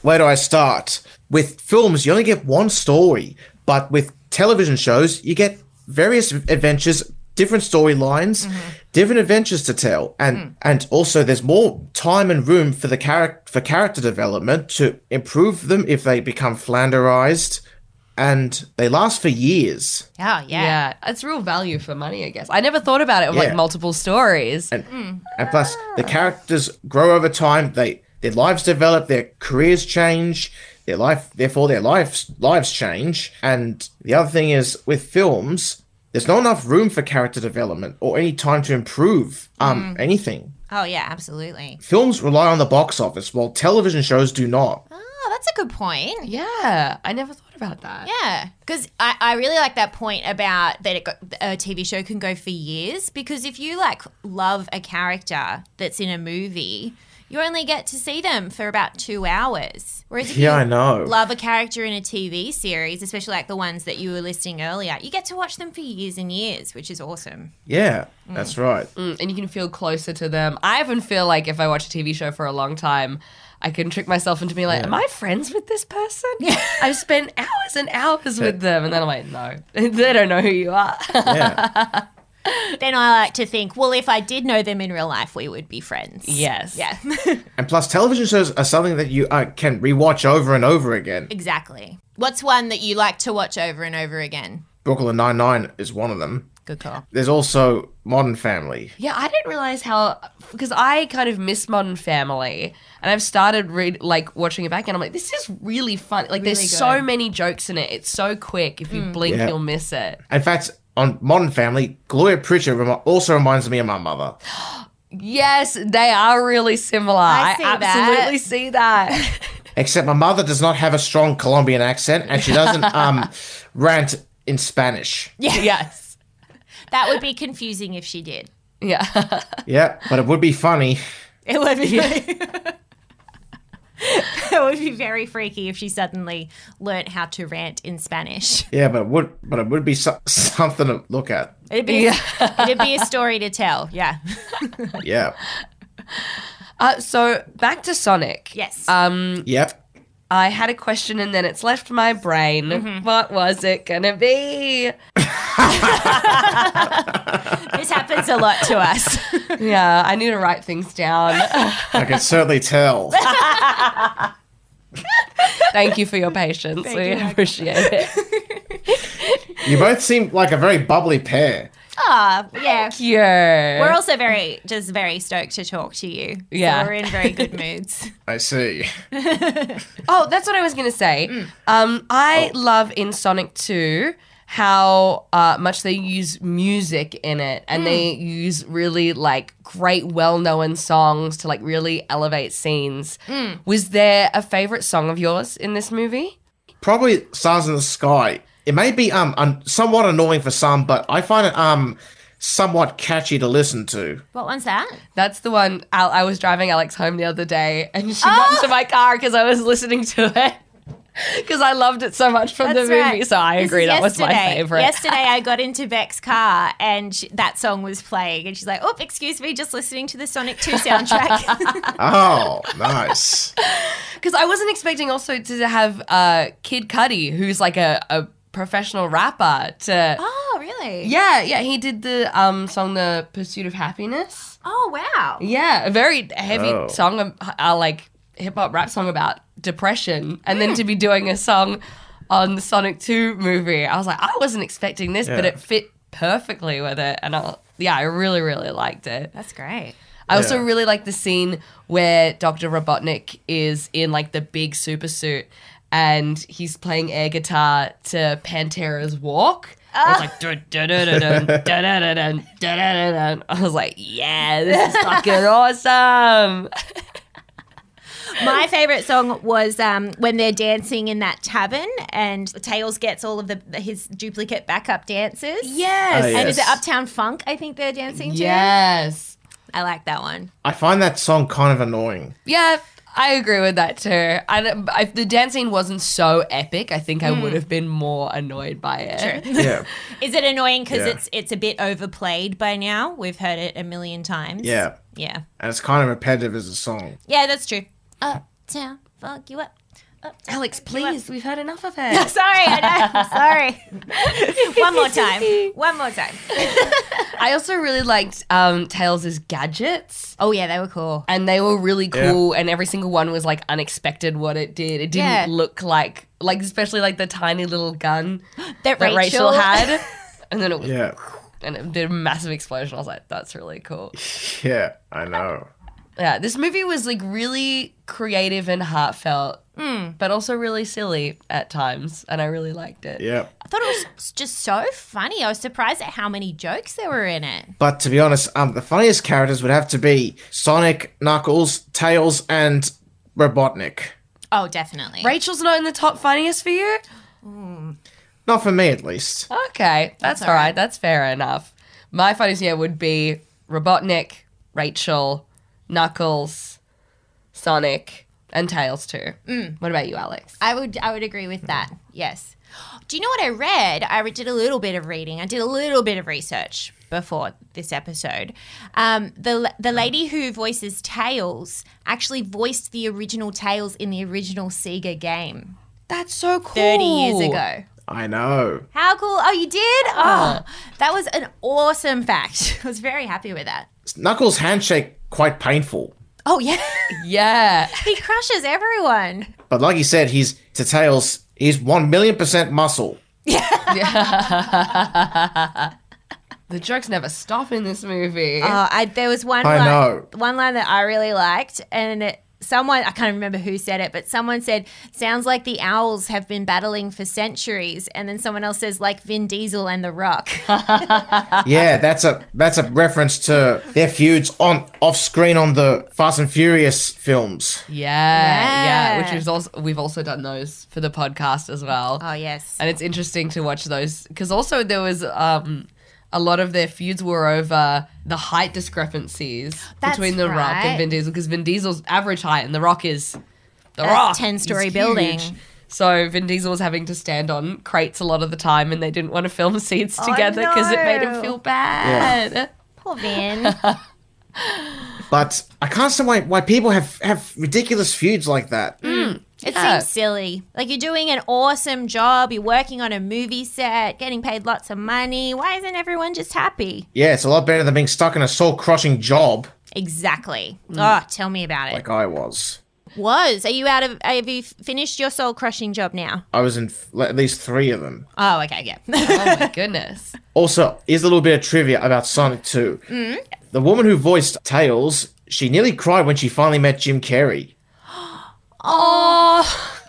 Speaker 3: where do I start? With films, you only get one story, but with television shows, you get various adventures, different storylines, different adventures to tell, and and also there's more time and room for the character for character development to improve them if they become flanderized and they last for years.
Speaker 1: Oh, yeah.
Speaker 2: Yeah, it's real value for money, I guess. I never thought about it of like
Speaker 3: Yeah.
Speaker 2: multiple stories.
Speaker 3: And, and plus, the characters grow over time. They their lives develop, their careers change, their life therefore their lives lives change. And the other thing is with films, there's not enough room for character development or any time to improve um anything.
Speaker 1: Oh, yeah, absolutely.
Speaker 3: Films rely on the box office, while television shows do not.
Speaker 1: Oh, that's a good point.
Speaker 2: yeah, I never thought about that.
Speaker 1: Yeah, because I, I really like that point about that it got, a TV show can go for years. Because if you like love a character that's in a movie, you only get to see them for about two hours. Whereas if
Speaker 3: Yeah,
Speaker 1: you
Speaker 3: I know.
Speaker 1: love a character in a TV series, especially like the ones that you were listing earlier, you get to watch them for years and years, which is awesome.
Speaker 3: Yeah, that's right.
Speaker 2: Mm, And you can feel closer to them. I even feel like if I watch a TV show for a long time, I can trick myself into being like, Am I friends with this person? [laughs] I've spent hours and hours with them. And then I'm like, No, [laughs] they don't know who you are. [laughs]
Speaker 3: Yeah,
Speaker 1: Then I like to think, well, if I did know them in real life, we would be friends.
Speaker 2: Yes.
Speaker 1: Yeah, [laughs]
Speaker 3: and plus, television shows are something that you uh, can rewatch over and over again.
Speaker 1: exactly. What's one that you like to watch over and over again?
Speaker 3: Brooklyn Nine Nine is one of them.
Speaker 1: Good call.
Speaker 3: There's also Modern Family.
Speaker 2: Yeah, I didn't realize how because I kind of miss Modern Family, and I've started read like watching it back, and I'm like, this is really fun. Like, there's so many jokes in it. It's so quick. If you blink,
Speaker 3: Yeah.
Speaker 2: you'll miss it.
Speaker 3: In fact, on Modern Family, Gloria Pritchard remi- also reminds me of my mother.
Speaker 2: Yes, they are really similar. I,
Speaker 1: I see that.
Speaker 2: absolutely see that.
Speaker 3: Except my mother does not have a strong Colombian accent, and she doesn't um, rant in Spanish.
Speaker 1: [laughs]
Speaker 3: Yeah.
Speaker 2: yes.
Speaker 1: That would be confusing if she did.
Speaker 2: Yeah.
Speaker 3: but it would be funny.
Speaker 1: It would be. [laughs] it would be very freaky if she suddenly learnt how to rant in Spanish.
Speaker 3: Yeah, but it would but it would be so- something to look at.
Speaker 1: It'd be it'd be a story to tell. Yeah.
Speaker 3: Yeah.
Speaker 2: Uh, so back to Sonic. Uh,
Speaker 1: Yes.
Speaker 3: Yep.
Speaker 2: I had a question and then it's left my brain. What was it gonna be?
Speaker 1: [laughs] this happens a lot to [laughs] us.
Speaker 2: Yeah, I need to write things down.
Speaker 3: I can certainly tell.
Speaker 2: Thank you for your patience. we appreciate it.
Speaker 3: You both seem like a very bubbly pair.
Speaker 1: Ah, yeah.
Speaker 2: Yeah.
Speaker 1: We're also very just very stoked to talk to you. So
Speaker 2: Yeah.
Speaker 1: we're in very good moods.
Speaker 3: I see.
Speaker 2: oh, that's what I was going to say. Um, I love in Sonic 2 how uh, much they use music in it and they use really like great well-known songs to like really elevate scenes. Was there a favorite song of yours in this movie?
Speaker 3: Probably Stars in the Sky. It may be um un- somewhat annoying for some, but I find it um somewhat catchy to listen to.
Speaker 1: [laughs] What one's that?
Speaker 2: That's the one Al- I was driving Alex home the other day and she got into my car because I was listening to it. [laughs] Because I loved it so much from
Speaker 1: That's
Speaker 2: the movie,
Speaker 1: right.
Speaker 2: so I
Speaker 1: This
Speaker 2: agree
Speaker 1: is
Speaker 2: that was my
Speaker 1: yesterday.
Speaker 2: favorite.
Speaker 1: Yesterday, I got into Beck's car and she, that song was playing, and she's like, "Oh, excuse me, just listening to the Sonic Two soundtrack."
Speaker 2: [laughs]
Speaker 3: Oh, nice.
Speaker 2: Because I wasn't expecting also to have uh, Kid Cudi, who's like a, a professional rapper, to.
Speaker 1: Oh, really?
Speaker 2: Yeah, yeah, he did the um, song "The Pursuit of Happiness."
Speaker 1: Oh, wow.
Speaker 2: Yeah, a very heavy
Speaker 3: Oh.
Speaker 2: song, um, uh, like hip hop rap song about depression, and then to be doing a song on the Sonic Two movie, I was like, I wasn't expecting this, but
Speaker 3: Yeah.
Speaker 2: it fit perfectly with it, and I, yeah, I really, really liked it.
Speaker 1: That's great.
Speaker 2: I also
Speaker 3: Yeah.
Speaker 2: really like the scene where Dr. Robotnik is in like the big super suit and he's playing air guitar to Pantera's Walk. And It's like dun, dun, dun, dun, dun, dun, dun, dun, dun, dun, dun. I was like, yeah, this is fucking awesome. [laughs]
Speaker 1: My favorite song was um, when they're dancing in that tavern and Tails gets all of the his duplicate backup dancers.
Speaker 2: Yes.
Speaker 3: Oh, yeah.
Speaker 1: And is it
Speaker 3: Yes.
Speaker 1: Uptown Funk? I think they're dancing to.
Speaker 2: Yes.
Speaker 1: I like that one.
Speaker 3: I find that song kind of annoying.
Speaker 2: Yeah, I agree with that too. And if the dance scene wasn't so epic, I think I would have been more annoyed by it.
Speaker 3: Yeah.
Speaker 1: Is it annoying because
Speaker 3: Yeah.
Speaker 1: it's it's a bit overplayed by now? We've heard it a million times.
Speaker 3: Yeah.
Speaker 1: Yeah.
Speaker 3: And it's kind of repetitive as a song.
Speaker 1: Yeah, that's true. Uptown Funk you up.
Speaker 2: Alex, please, we've heard enough of
Speaker 1: [laughs]
Speaker 2: her.
Speaker 1: Sorry, I know. [laughs] Sorry. [laughs] One more time. One more time.
Speaker 2: I also really liked um, Tails' gadgets.
Speaker 1: Oh yeah, they were cool.
Speaker 2: and they were really cool and every single one was like unexpected what it did it didn't
Speaker 1: Yeah.
Speaker 2: look like like especially like the tiny little gun
Speaker 1: That,
Speaker 2: that rachel, had and then it was
Speaker 3: Yeah.
Speaker 2: and it did a massive explosion i was like that's really cool
Speaker 3: Yeah, I know.
Speaker 2: yeah this movie was like really creative and heartfelt
Speaker 1: Hmm.
Speaker 2: but also really silly at times and i really liked it
Speaker 3: Yeah.
Speaker 1: I [laughs] thought it was just so funny. I was surprised at how many jokes there were in it.
Speaker 3: But to be honest, um, the funniest characters would have to be Sonic, Knuckles, Tails, and Robotnik.
Speaker 1: Oh, definitely.
Speaker 2: rachel's not in the top funniest for you
Speaker 3: Not for me, at least.
Speaker 2: Okay, that's, all right. That's fair enough. My funniest year would be Robotnik, Rachel, Knuckles, Sonic, and Tails too. What about you, Alex?
Speaker 1: I would I would agree with that. Yes. Do you know what I read? I re- did a little bit of reading. I did a little bit of research before this episode. Um, the l- the lady who voices Tails actually voiced the original Tails in the original Sega game
Speaker 2: That's so cool.
Speaker 1: 30 years ago.
Speaker 3: I know.
Speaker 1: How cool. Oh, you did? Oh, that was an awesome fact. [laughs] I was very happy with that.
Speaker 3: Knuckles' handshake quite painful,
Speaker 1: Oh, yeah.
Speaker 2: Yeah.
Speaker 1: [laughs] he crushes everyone.
Speaker 3: but like you said, he's to Tails. He's one million percent muscle.
Speaker 2: The jokes never stop in this movie.
Speaker 1: Oh, I, there was one
Speaker 3: I
Speaker 1: line,
Speaker 3: know.
Speaker 1: one line that I really liked, and it, someone I can't remember who said it, but someone said, "Sounds like the owls have been battling for centuries," and then someone else says, "Like Vin Diesel and The Rock."
Speaker 3: Yeah, that's a that's a reference to their feuds on off screen on the Fast and Furious films.
Speaker 2: yeah, yeah.
Speaker 1: Yeah.
Speaker 2: Which is also we've also done those for the podcast as well.
Speaker 1: [laughs] oh yes,
Speaker 2: and it's interesting to watch those because also there was um, a lot of their feuds were over the height discrepancies
Speaker 1: That's
Speaker 2: between The Rock
Speaker 1: right.
Speaker 2: and Vin Diesel because Vin Diesel's average height and The Rock is the
Speaker 1: A
Speaker 2: Rock
Speaker 1: 10-story
Speaker 2: He's huge.
Speaker 1: building.
Speaker 2: So Vin Diesel was having to stand on crates a lot of the time, and they didn't want to film [laughs] scenes
Speaker 1: Oh,
Speaker 2: together because it made him
Speaker 1: no.
Speaker 2: feel bad.
Speaker 1: poor Vin.
Speaker 3: But I can't see why why people have have ridiculous feuds like that.
Speaker 1: [laughs] It
Speaker 2: Yeah.
Speaker 1: seems silly. Like you're doing an awesome job, you're working on a movie set, getting paid lots of money. Why isn't everyone just happy?
Speaker 3: Yeah, it's a lot better than being stuck in a soul crushing job
Speaker 1: Exactly.
Speaker 2: Mm.
Speaker 1: Oh, tell me about it.
Speaker 3: like I was.
Speaker 1: Was are you out of? Have you f- finished your soul crushing job now?
Speaker 3: I was in f- at least three of them.
Speaker 1: Oh, okay, yeah.
Speaker 2: [laughs]
Speaker 1: [laughs]
Speaker 2: Oh my goodness!
Speaker 3: Also, here's a little bit of trivia about Sonic 2. The woman who voiced Tails, she nearly cried when she finally met Jim Carrey.
Speaker 2: Oh,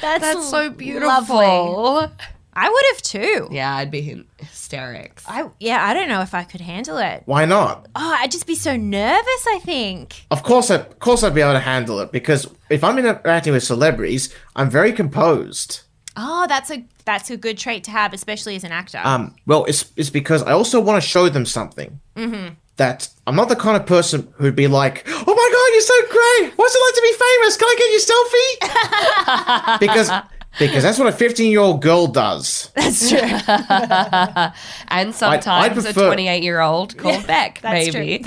Speaker 1: That's,
Speaker 2: that's so beautiful.
Speaker 1: lovely. I would have too.
Speaker 2: Yeah, I'd be in hysterics.
Speaker 1: I yeah, I don't know if I could handle it.
Speaker 3: Why not?
Speaker 1: Oh, I'd just be so nervous. I think.
Speaker 3: Of course, I, of course, I'd be able to handle it because if I'm interacting with celebrities, I'm very composed.
Speaker 1: Oh, that's a that's a good trait to have, especially as an actor.
Speaker 3: Um, well, it's it's because I also want to show them something. Mm-hmm. That I'm not the kind of person who'd be like, "Oh my god, you're so great! What's it like to be famous? Can I get your selfie?" because because that's what a 15 year old girl does.
Speaker 1: that's true.
Speaker 2: And sometimes a
Speaker 3: prefer-
Speaker 2: 28 year old called Beck,
Speaker 1: that's
Speaker 2: maybe.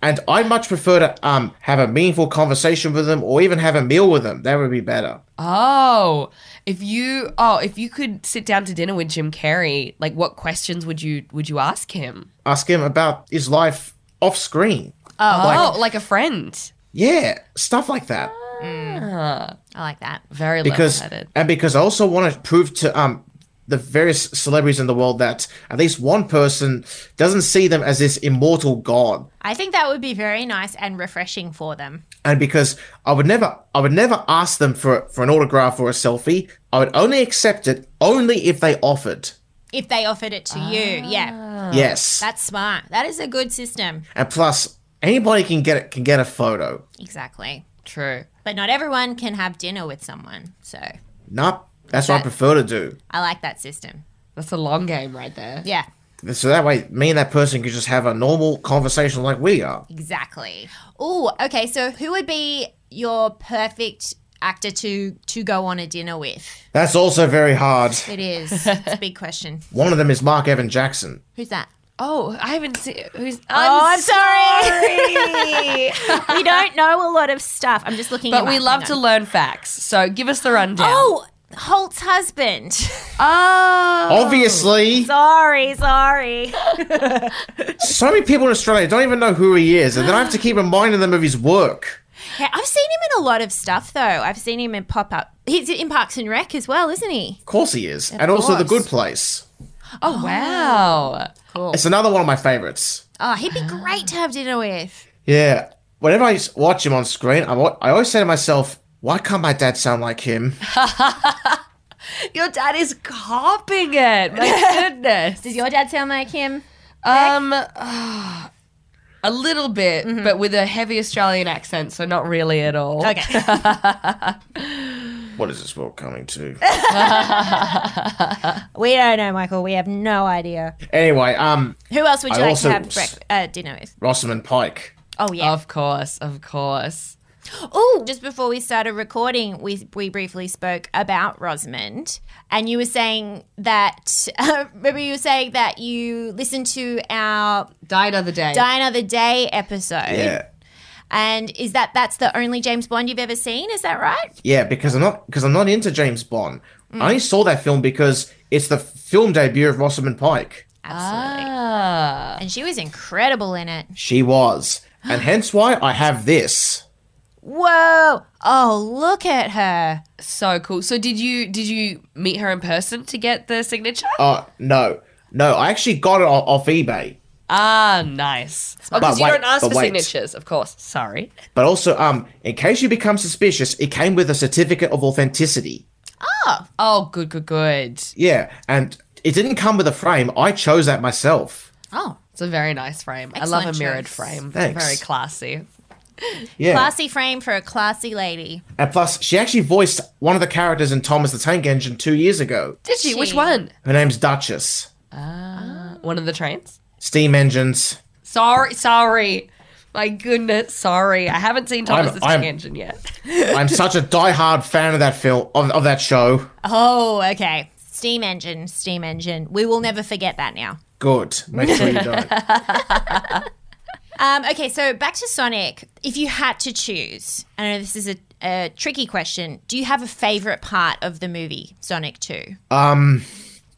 Speaker 3: And I would much prefer to um have a meaningful conversation with them or even have a meal with them. That would be better.
Speaker 2: Oh, if you oh if you could sit down to dinner with Jim Carrey, like what questions would you would you ask him?
Speaker 3: Ask him about his life off screen.
Speaker 2: Oh, like a friend.
Speaker 3: Yeah, stuff like that.
Speaker 1: [laughs] I like that.
Speaker 2: Very
Speaker 3: because
Speaker 2: level-headed.
Speaker 3: and because I also want to prove to um the various celebrities in the world that at least one person doesn't see them as this immortal god.
Speaker 1: I think that would be very nice and refreshing for them.
Speaker 3: And because I would never I would never ask them for for an autograph or a selfie. I would only accept it only if they offered.
Speaker 1: If they offered it to you,
Speaker 2: Ah.
Speaker 1: yeah,
Speaker 3: yes.
Speaker 1: that's smart. That is a good system.
Speaker 3: And plus anybody can get it can get a photo.
Speaker 1: Exactly.
Speaker 2: True.
Speaker 1: But not everyone can have dinner with someone, so
Speaker 3: Nope. That's what I
Speaker 1: That-
Speaker 3: prefer to do.
Speaker 1: I like that system.
Speaker 2: That's a long game right there.
Speaker 1: Yeah,
Speaker 3: So that way me and that person could just have a normal conversation like we are.
Speaker 1: exactly. Oh, okay. So who would be your perfect actor to to go on a dinner with?
Speaker 3: That's also very hard.
Speaker 1: [laughs] It is. it's a big question.
Speaker 3: One of them is Mark Evan Jackson.
Speaker 1: Who's that?
Speaker 2: Oh, I haven't seen. Who's?
Speaker 1: Oh,
Speaker 2: I'm
Speaker 1: I'm
Speaker 2: sorry.
Speaker 1: [laughs] we don't know a lot of stuff. I'm just looking.
Speaker 2: but
Speaker 1: him
Speaker 2: we
Speaker 1: up.
Speaker 2: love
Speaker 1: Hang
Speaker 2: to
Speaker 1: on.
Speaker 2: learn facts. So give us the rundown.
Speaker 1: Oh, Holt's [laughs] husband.
Speaker 2: oh.
Speaker 3: Obviously,
Speaker 1: sorry, sorry.
Speaker 3: so many people in Australia don't even know who he is, and then I have to keep reminding them of his work.
Speaker 1: Yeah, I've seen him in a lot of stuff though. I've seen him in pop up. He's in Parks and Rec as well, isn't he?
Speaker 3: Of course, he is, and also the
Speaker 2: course.
Speaker 3: Good Place.
Speaker 2: Oh, wow. Cool.
Speaker 3: It's another one of my favorites.
Speaker 1: Oh, he'd be great to have dinner with.
Speaker 3: Yeah. Whenever I s- watch him on screen, I, wa- I always say to myself, why can't my dad sound like him?
Speaker 2: Your dad is copying it. [laughs] My goodness.
Speaker 1: Does your dad sound like him?
Speaker 2: um, ah, a little bit, but with a heavy Australian accent, so not really at all.
Speaker 1: Okay.
Speaker 2: [laughs]
Speaker 3: What is this world coming to?
Speaker 1: we don't know, Michael. We have no idea.
Speaker 3: anyway, um,
Speaker 1: Who else would you
Speaker 3: I
Speaker 1: like
Speaker 3: also-
Speaker 1: to have brec- uh, dinner with?
Speaker 3: Rossman Pike.
Speaker 1: Oh, yeah.
Speaker 2: Of course, of course.
Speaker 1: Oh, just before we started recording, we we briefly spoke about Rosamond, and you were saying that [laughs] remember you were saying that you listened to our
Speaker 2: Die another day.
Speaker 1: Die Another Day episode,
Speaker 3: Yeah.
Speaker 1: and is that that's the only James Bond you've ever seen? Is that right?
Speaker 3: Yeah, because I'm not because I'm not into James Bond. I only saw that film because it's the f- film debut of Rosamund Pike.
Speaker 1: Absolutely,
Speaker 2: Ah.
Speaker 1: and she was incredible in it.
Speaker 3: She was, and hence why I have this.
Speaker 1: Whoa! Oh, look at her.
Speaker 2: So cool. So did you did you meet her in person to get the signature?
Speaker 3: Uh no, no, I actually got it o- off eBay.
Speaker 2: Ah, nice. Oh,
Speaker 3: But
Speaker 2: because you
Speaker 3: wait,
Speaker 2: don't ask
Speaker 3: but
Speaker 2: for
Speaker 3: wait.
Speaker 2: signatures, of course. Sorry.
Speaker 3: But also, um, in case you become suspicious, it came with a certificate of authenticity.
Speaker 2: Oh, good, good, good.
Speaker 3: Yeah, and it didn't come with a frame. I chose that myself.
Speaker 1: Oh,
Speaker 2: It's a very nice frame. I love
Speaker 1: Excellent
Speaker 2: a mirrored
Speaker 1: choice.
Speaker 2: frame.
Speaker 3: Thanks.
Speaker 2: Very classy.
Speaker 3: Yeah,
Speaker 1: classy frame for a classy lady.
Speaker 3: and plus, she actually voiced one of the characters in Thomas the Tank Engine two years ago.
Speaker 2: Did she? Which
Speaker 1: She-
Speaker 2: one?
Speaker 3: Her name's Duchess.
Speaker 2: One of the trains.
Speaker 3: Steam engines.
Speaker 2: Sorry, sorry. My goodness, sorry. I haven't seen Thomas
Speaker 3: I'm-
Speaker 2: the Tank
Speaker 3: I'm-
Speaker 2: Engine yet.
Speaker 3: I'm such a diehard fan of that film of, of that show.
Speaker 1: Oh, okay. Steam engine, steam engine. We will never forget that now.
Speaker 3: Good. Make sure you don't.
Speaker 1: Um, okay, so back to Sonic. If you had to choose, I know this is a, a tricky question. Do you have a favorite part of the movie Sonic Two?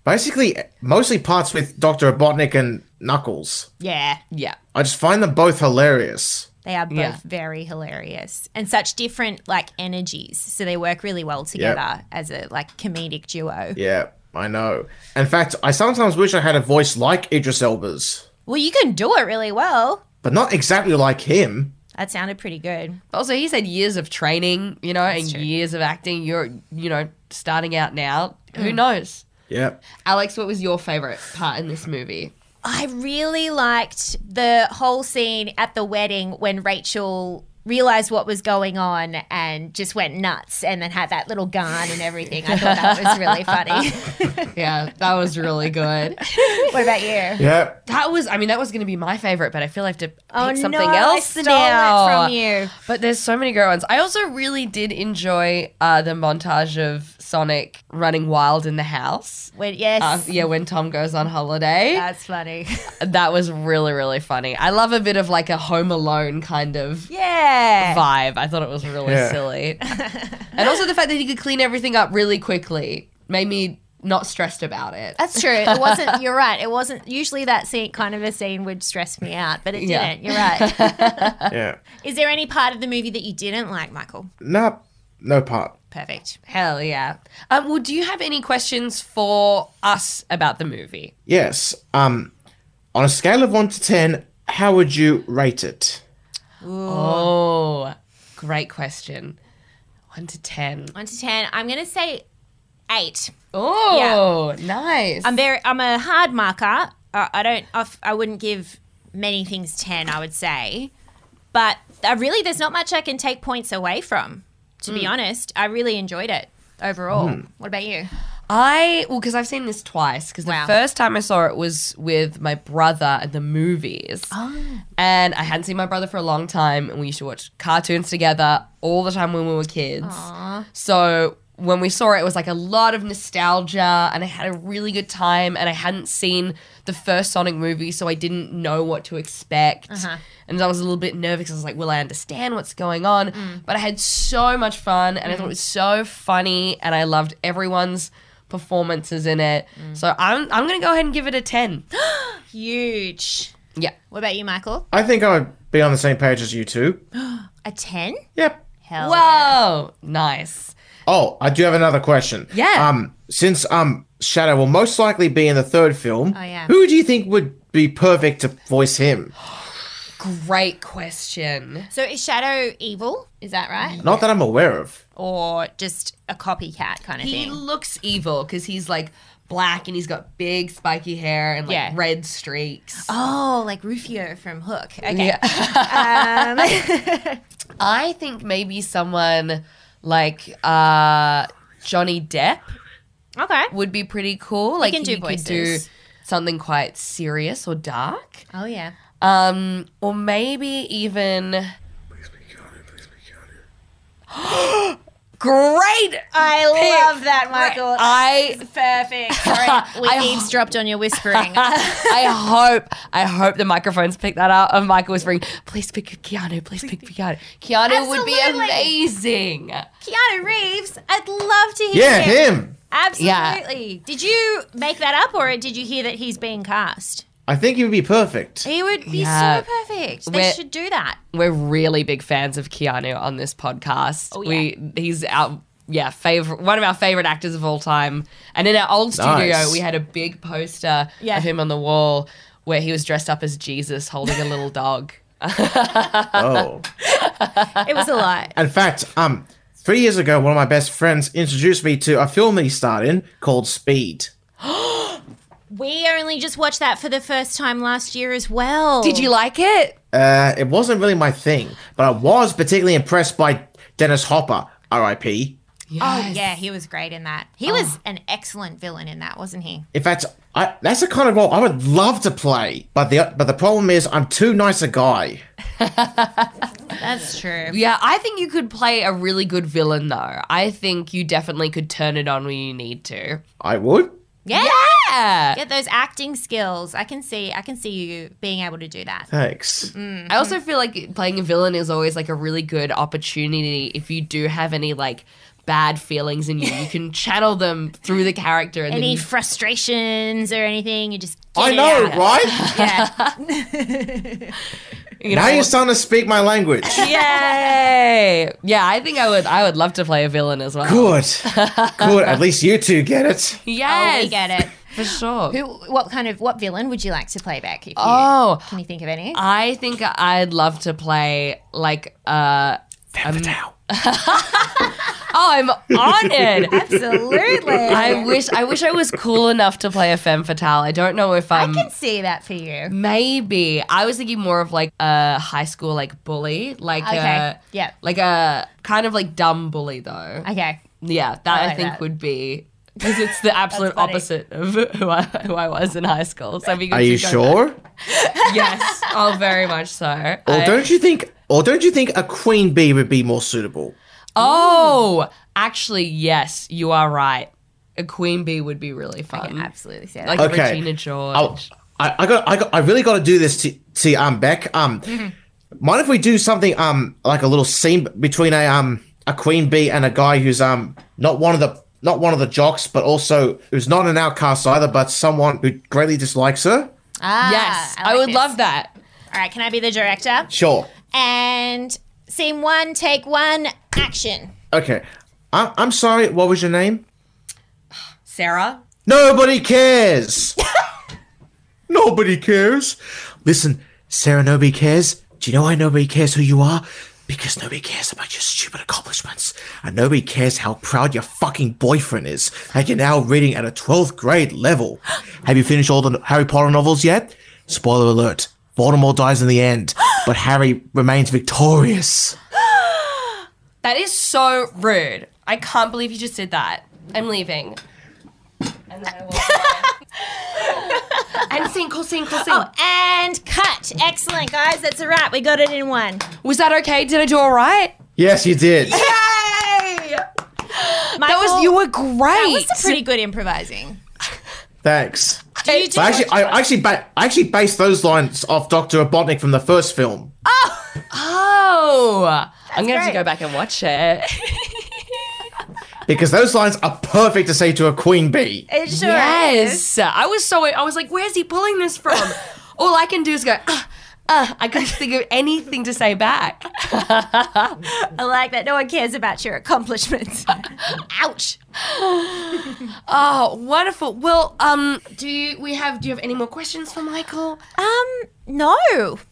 Speaker 3: Basically, mostly parts with Doctor Robotnik and Knuckles.
Speaker 1: Yeah,
Speaker 2: Yeah.
Speaker 3: I just find them both hilarious.
Speaker 1: they are both
Speaker 2: Yeah.
Speaker 1: very hilarious and such different like energies, so they work really well together as a like comedic duo.
Speaker 3: Yeah, I know. In fact, I sometimes wish I had a voice like Idris Elba's,
Speaker 1: Well, you can do it really well.
Speaker 3: but not exactly like him.
Speaker 1: That sounded pretty good.
Speaker 2: But also, he's had years of training, you know, and years of acting. You're, you know, starting out now. Who knows?
Speaker 3: Yeah.
Speaker 2: Alex, what was your favorite part in this movie?
Speaker 1: I really liked the whole scene at the wedding when Rachel realized what was going on and just went nuts and then had that little gun and everything. I thought that was really
Speaker 2: [laughs]
Speaker 1: funny.
Speaker 2: Yeah, that was really good.
Speaker 1: what about you?
Speaker 3: Yeah.
Speaker 2: [laughs] That was, I mean, that was going to be my favorite, but I feel I have to pick
Speaker 1: Oh
Speaker 2: something
Speaker 1: no,
Speaker 2: else
Speaker 1: I stole
Speaker 2: now.
Speaker 1: it from you.
Speaker 2: But there's so many great ones. I also really did enjoy uh, the montage of Sonic running wild in the house.
Speaker 1: When, yes,
Speaker 2: Uh, yeah, when Tom goes on holiday.
Speaker 1: that's
Speaker 2: [laughs]
Speaker 1: funny.
Speaker 2: that was really, really funny. I love a bit of like a Home Alone kind of
Speaker 1: Yeah.
Speaker 2: vibe. I thought it was really
Speaker 3: Yeah.
Speaker 1: [laughs]
Speaker 2: silly. and also the fact that he could clean everything up really quickly made me not stressed about it.
Speaker 1: That's true. It wasn't. You're right. It wasn't. Usually, that scene, kind of a scene, would stress me out, but it
Speaker 2: Yeah.
Speaker 1: didn't. You're
Speaker 2: [laughs]
Speaker 1: right.
Speaker 3: Yeah.
Speaker 1: Is there any part of the movie that you didn't like, Michael?
Speaker 3: [laughs] Nah, no part.
Speaker 1: Perfect.
Speaker 2: Hell yeah. Um, well, do you have any questions for us about the movie?
Speaker 3: Yes. Um, on a scale of one to ten, how would you rate it?
Speaker 2: Oh, great question. One to ten.
Speaker 1: One to ten. I'm gonna say eight.
Speaker 2: Oh, nice.
Speaker 1: I'm very. I'm a hard marker. Uh, I don't. I, f- I wouldn't give many things ten. I would say, but I really, there's not much I can take points away from. To be honest, I really enjoyed it overall. What about you?
Speaker 2: I well, because I've seen this twice. Because
Speaker 1: Wow.
Speaker 2: the first time I saw it was with my brother at the movies, and I hadn't seen my brother for a long time, and we used to watch cartoons together all the time when we were kids. So when we saw it, it was like a lot of nostalgia, and I had a really good time. And I hadn't seen the first Sonic movie, so I didn't know what to expect. And I was a little bit nervous. 'cause I was like, "Will I understand what's going on?" But I had so much fun, and I thought it was so funny, and I loved everyone's performances in it. So I'm I'm gonna go ahead and give it a ten.
Speaker 1: Huge.
Speaker 2: yeah,
Speaker 1: What about you, Michael?
Speaker 3: I think I would be on the same page as you two.
Speaker 1: A 10?
Speaker 3: Yep.
Speaker 1: Hell.
Speaker 2: Whoa, nice.
Speaker 3: Oh, I do have another question.
Speaker 2: Yeah.
Speaker 3: Um, since um Shadow will most likely be in the third film, oh
Speaker 1: yeah.
Speaker 3: who do you think would be perfect to voice him?
Speaker 2: Great question.
Speaker 1: so is Shadow evil? Is that right?
Speaker 3: Not that I'm aware of.
Speaker 1: Or just a copycat kind of
Speaker 2: He
Speaker 1: thing?
Speaker 2: looks evil because he's like black and he's got big spiky hair and like
Speaker 1: Yeah.
Speaker 2: red streaks.
Speaker 1: Oh, like Rufio from Hook. Okay.
Speaker 2: I think maybe someone like uh, Johnny Depp
Speaker 1: Okay.
Speaker 2: would be pretty cool. Like
Speaker 1: can do
Speaker 2: could
Speaker 1: voices.
Speaker 2: something quite serious or dark.
Speaker 1: Oh, yeah.
Speaker 2: Um, or maybe even. [gasps] Great!
Speaker 1: I love that, Michael.
Speaker 2: I
Speaker 1: [laughs] Perfect. Sorry, we eavesdropped on your [laughs] whispering.
Speaker 2: I hope, I hope the microphones pick that up of Michael whispering, please pick Keanu, please pick Keanu. Keanu would be
Speaker 1: Absolutely.
Speaker 2: amazing.
Speaker 1: Keanu Reeves, I'd love to hear
Speaker 3: Yeah,
Speaker 1: him.
Speaker 3: him.
Speaker 1: Absolutely. Did you make that up or did you hear that he's being cast?
Speaker 3: I think he would be perfect.
Speaker 1: He would be
Speaker 2: Yeah.
Speaker 1: so perfect. They
Speaker 2: We're-
Speaker 1: should do that.
Speaker 2: We're really big fans of Keanu on this podcast.
Speaker 1: Oh, yeah.
Speaker 2: We he's our yeah, favorite one of our favorite actors of all time. And in our old studio,
Speaker 3: Nice.
Speaker 2: we had a big poster
Speaker 1: Yeah.
Speaker 2: of him on the wall where he was dressed up as Jesus holding a [laughs] little dog.
Speaker 3: Oh.
Speaker 1: It was a
Speaker 2: [laughs]
Speaker 1: lot.
Speaker 3: In fact, um, three years ago, one of my best friends introduced me to a film he starred in called Speed.
Speaker 1: We only just watched that for the first time last year as well.
Speaker 2: Did you like it?
Speaker 3: Uh, it wasn't really my thing, but I was particularly impressed by Dennis Hopper, R.I.P.
Speaker 1: Oh yeah, he was great in that.
Speaker 2: Oh.
Speaker 1: He was an excellent villain in that, wasn't he?
Speaker 3: In fact, I, that's the kind of role I would love to play. But the but the problem is, I'm too nice a guy.
Speaker 1: That's true.
Speaker 2: Yeah, I think you could play a really good villain though. I think you definitely could turn it on when you need to.
Speaker 3: I would.
Speaker 1: Yeah.
Speaker 2: Yeah.
Speaker 1: Get those acting skills. I can see I can see you being able to do that.
Speaker 3: Thanks.
Speaker 2: I also
Speaker 1: Mm.
Speaker 2: feel like playing a villain is always like a really good opportunity if you do have any like bad feelings in you. You
Speaker 1: [laughs]
Speaker 2: can channel them through the character and
Speaker 1: Any
Speaker 2: then
Speaker 1: frustrations or anything, you just get
Speaker 3: I
Speaker 1: it
Speaker 3: know,
Speaker 1: out.
Speaker 3: right?
Speaker 1: Yeah.
Speaker 2: you, you
Speaker 3: now
Speaker 2: know.
Speaker 3: you're starting to speak my language.
Speaker 2: [laughs] Yay! Yeah, I think I would. I would love to play a villain as well.
Speaker 3: Good. Good. At least you two get it.
Speaker 2: Yes,
Speaker 1: We get it.
Speaker 2: for sure.
Speaker 1: Who what kind of what villain would you like to play back if you
Speaker 2: Oh,
Speaker 1: can you think of
Speaker 2: [laughs]
Speaker 1: any?
Speaker 2: I think I'd love to play like uh. oh, I'm
Speaker 1: [laughs]
Speaker 2: honored.
Speaker 1: Absolutely. [laughs] I
Speaker 2: I wish I wish I was cool enough to play a femme fatale. I don't know if I'm.
Speaker 1: can see that for you.
Speaker 2: Maybe I was thinking more of like a high school like bully, like uh,
Speaker 1: Okay.
Speaker 2: a
Speaker 1: Yeah.
Speaker 2: like a kind of like dumb bully though.
Speaker 1: Okay.
Speaker 2: yeah, that I,
Speaker 1: like
Speaker 2: think
Speaker 1: that.
Speaker 2: would be
Speaker 1: [laughs]
Speaker 2: because it's the absolute
Speaker 1: funny.
Speaker 2: opposite of who I who I was in high school. So it'd be good
Speaker 3: Are
Speaker 2: to
Speaker 3: you
Speaker 2: go
Speaker 3: sure?
Speaker 2: back. [laughs] Yes, oh, very much so.
Speaker 3: Or
Speaker 2: I-
Speaker 3: don't you think? Or don't you think a queen bee would be more suitable?
Speaker 2: oh, actually, yes, you are right. A queen bee would be really fun,
Speaker 1: Absolutely see that.
Speaker 2: like a
Speaker 3: Okay.
Speaker 2: Regina George.
Speaker 3: Oh, I, I got, I got, I really got to do this to, to um Beck. Um, mind if we do something um like a little scene between a um a queen bee and a guy who's um not one of the not one of the jocks, but also who's not an outcast either, but someone who greatly dislikes her.
Speaker 1: Ah,
Speaker 2: yes, I,
Speaker 1: like
Speaker 2: would
Speaker 1: this.
Speaker 2: love that.
Speaker 1: All right, can I be the director?
Speaker 3: Sure.
Speaker 1: And scene one, take one, action.
Speaker 3: Okay. I, I'm sorry. What was your name?
Speaker 2: Sarah,
Speaker 3: Nobody cares. [laughs] nobody cares. Listen, Sarah, nobody cares. Do you know why nobody cares who you are? Because nobody cares about your stupid accomplishments. And nobody cares how proud your fucking boyfriend is that you're now reading at a 12th grade level. [gasps] Have you finished all the Harry Potter novels yet? Spoiler alert Voldemort dies in the end, [gasps] but Harry remains victorious.
Speaker 2: That is so rude. I can't believe you just did that. I'm leaving. And then I walk away. [laughs] and oh, sing, call, sing, call, sing.
Speaker 1: And cut. Excellent, guys. That's a wrap. We got it in one.
Speaker 2: Was that okay? Did I do all right?
Speaker 3: Yes, you did.
Speaker 1: [gasps]
Speaker 2: Yay!
Speaker 1: Michael,
Speaker 2: That was you were
Speaker 1: That
Speaker 2: great.
Speaker 1: was some pretty good
Speaker 2: [laughs]
Speaker 1: improvising.
Speaker 3: Thanks.
Speaker 1: Do you do
Speaker 3: But actually, I actually, ba- I actually based those lines off Doctor Robotnik from the first film.
Speaker 2: oh, I'm gonna have to
Speaker 1: great.
Speaker 2: go back and watch it. [laughs]
Speaker 3: Because those lines are perfect to say to a queen bee.
Speaker 1: [laughs] It sure is.
Speaker 2: Yes, I was so. I was like, "Where's he pulling this from?" [laughs] All I can do is go. Uh, uh, I couldn't think of anything to say back.
Speaker 1: I like that. No one cares about your
Speaker 2: [laughs]
Speaker 1: accomplishments.
Speaker 2: Ouch. [laughs] oh, wonderful. Well, um, do you, we have? Do you have any more questions for Michael?
Speaker 1: Um, no,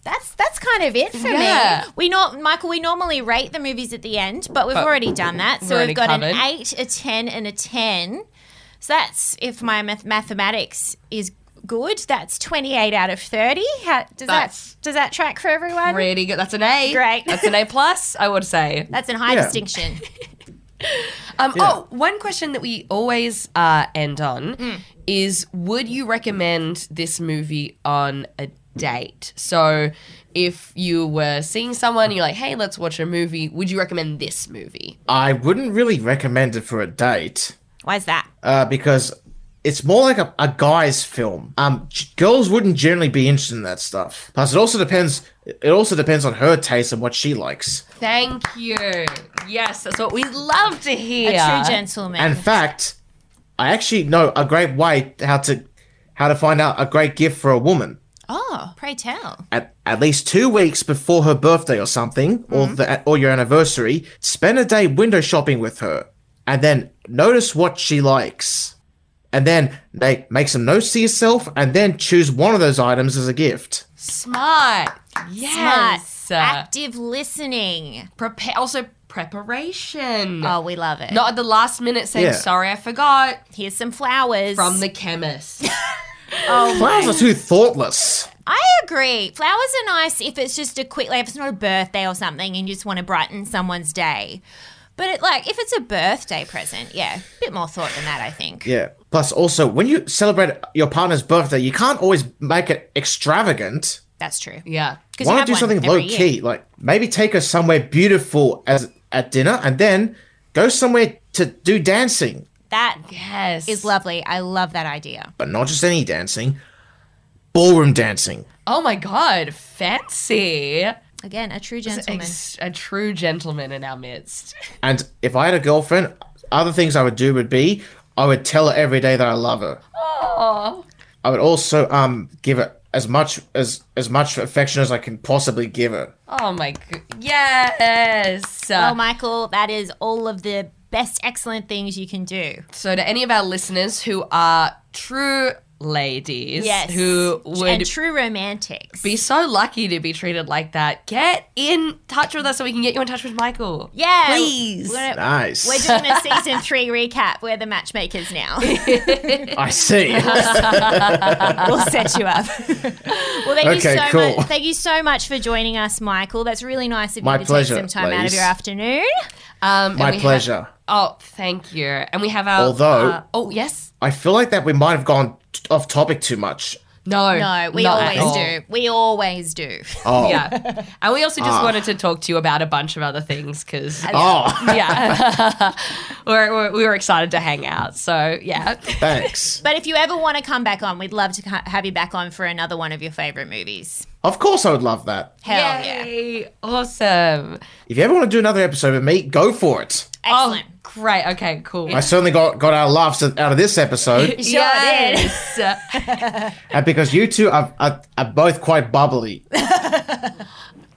Speaker 1: that's that's kind of it for
Speaker 2: Yeah.
Speaker 1: me. We not Michael. We normally rate the movies at the end, but we've already done that. So
Speaker 2: already
Speaker 1: we've got an
Speaker 2: covered.
Speaker 1: eight, a ten, and a ten. So that's if my math- mathematics is good. That's twenty-eight out of thirty. How, does
Speaker 2: That's
Speaker 1: that does that track for everyone?
Speaker 2: Really good. That's an A.
Speaker 1: Great.
Speaker 2: That's an A plus. I would say.
Speaker 1: That's in high
Speaker 3: Yeah.
Speaker 1: distinction.
Speaker 2: Um, Oh, one question that we always uh, end on is: Would you recommend this movie on a date? So, if you were seeing someone, you're like, "Hey, let's watch a movie." Would you recommend this movie?
Speaker 3: I wouldn't really recommend it for a date.
Speaker 1: Why's that?
Speaker 3: uh, because it's more like a, a guy's film. Um, g- girls wouldn't generally be interested in that stuff. Plus, it also depends. It also depends on her taste and what she likes.
Speaker 2: Thank you. Yes, that's what we love to hear.
Speaker 1: A true gentleman.
Speaker 3: And in fact, I actually know a great way how to how to find out a great gift for a woman.
Speaker 1: oh, pray tell.
Speaker 3: At, at least two weeks before her birthday or something, or the, or your anniversary, spend a day window shopping with her, and then notice what she likes, and then make make some notes to yourself, and then choose one of those items as a gift.
Speaker 2: Smart.
Speaker 1: Smart,
Speaker 2: Yes.
Speaker 1: active listening.
Speaker 2: Prepare. Also, preparation.
Speaker 1: Oh, we love it.
Speaker 2: Not at the last minute saying,
Speaker 3: Yeah.
Speaker 2: "Sorry, I forgot."
Speaker 1: Here's some flowers
Speaker 2: From the chemist. [laughs]
Speaker 3: Flowers are too thoughtless.
Speaker 1: I agree. Flowers are nice if it's just a quick, like if it's not a birthday or something, and you just want to brighten someone's day. But it, like if it's a birthday present, yeah, a bit more thought than that, I think.
Speaker 3: Yeah. Plus, also, when you celebrate your partner's birthday, you can't always make it extravagant.
Speaker 1: That's true.
Speaker 2: yeah.
Speaker 3: Why not do something low key? Like maybe take her somewhere beautiful as at dinner, and then go somewhere to do dancing,
Speaker 1: That is
Speaker 2: Yes.
Speaker 1: lovely. I love that idea.
Speaker 3: but not just any dancing, ballroom dancing.
Speaker 2: Oh my god, fancy.
Speaker 1: Again, a true gentleman.
Speaker 2: Ex- a true gentleman in our midst.
Speaker 3: And if I had a girlfriend, other things I would do would be I would tell her every day that I love her.
Speaker 2: Oh.
Speaker 3: I would also um give her as much as as much affection as I can possibly give her.
Speaker 2: Oh my god. Yes.
Speaker 1: well, Michael, that is all of the best excellent things you can do.
Speaker 2: so to any of our listeners who are true ladies
Speaker 1: Yes.
Speaker 2: who would
Speaker 1: and true romantics.
Speaker 2: be so lucky to be treated like that, get in touch with us so we can get you in touch with Michael.
Speaker 1: yeah.
Speaker 2: Please.
Speaker 1: We're,
Speaker 3: Nice.
Speaker 1: we're doing
Speaker 2: [laughs]
Speaker 1: a season three recap. We're the matchmakers now.
Speaker 3: I
Speaker 2: [laughs]
Speaker 3: see.
Speaker 1: we'll set you up. well, thank
Speaker 3: Okay,
Speaker 1: you so
Speaker 3: cool.
Speaker 1: much. Thank you so much for joining us, Michael. That's really nice of
Speaker 3: My
Speaker 1: you to
Speaker 3: pleasure,
Speaker 1: take some time out of
Speaker 3: Lace.
Speaker 1: your afternoon.
Speaker 2: Um, and
Speaker 3: My
Speaker 2: we have-
Speaker 3: pleasure.
Speaker 2: oh, thank you. And we have our
Speaker 3: Although-
Speaker 2: uh, oh yes.
Speaker 3: I feel like that we might have gone t- off topic too much.
Speaker 2: No.
Speaker 1: No, we
Speaker 2: not at
Speaker 1: always
Speaker 2: all.
Speaker 1: do. We always do. [laughs]
Speaker 3: Oh,
Speaker 2: Yeah. And we also just wanted to talk to you about a bunch of other things because
Speaker 3: oh,
Speaker 2: yeah, [laughs] we're, we're, we were excited to hang out. So yeah,
Speaker 3: [laughs] thanks.
Speaker 1: But if you ever want to come back on, we'd love to ca- have you back on for another one of your favorite movies.
Speaker 3: Of course, I would love that.
Speaker 1: Hell yeah.
Speaker 2: Yay. awesome,
Speaker 3: If you ever want to do another episode with me, go for it.
Speaker 1: Excellent.
Speaker 2: Oh, great. Okay, cool.
Speaker 3: I certainly got got our laughs out of
Speaker 2: [laughs]
Speaker 3: this episode,
Speaker 1: Sure did. [laughs]
Speaker 2: Yes.
Speaker 3: and Uh, because you two are, are, are both quite bubbly.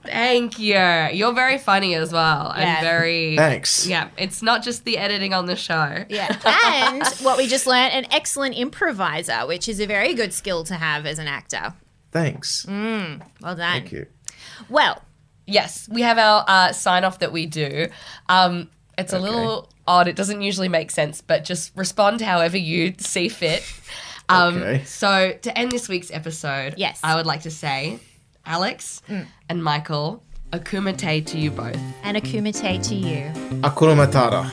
Speaker 2: Thank you. You're very funny as well.
Speaker 1: Yeah.
Speaker 2: And very
Speaker 3: Thanks.
Speaker 2: Yeah, it's not just the editing on the show.
Speaker 1: Yeah. [laughs] And what we just learned an excellent improviser, which is a very good skill to have as an actor.
Speaker 3: Thanks.
Speaker 2: Mm.
Speaker 1: Well done.
Speaker 3: Thank you.
Speaker 1: Well,
Speaker 2: Yes, we have our uh, sign off that we do. Um, it's a little odd. It doesn't usually make sense, but just respond however you see fit. Um,
Speaker 3: Okay.
Speaker 2: So, to end this week's episode,
Speaker 1: Yes. Mm.
Speaker 2: I would like to say, Alex and Michael, akumite to you both.
Speaker 1: and akumite to you.
Speaker 3: Akuna Matata.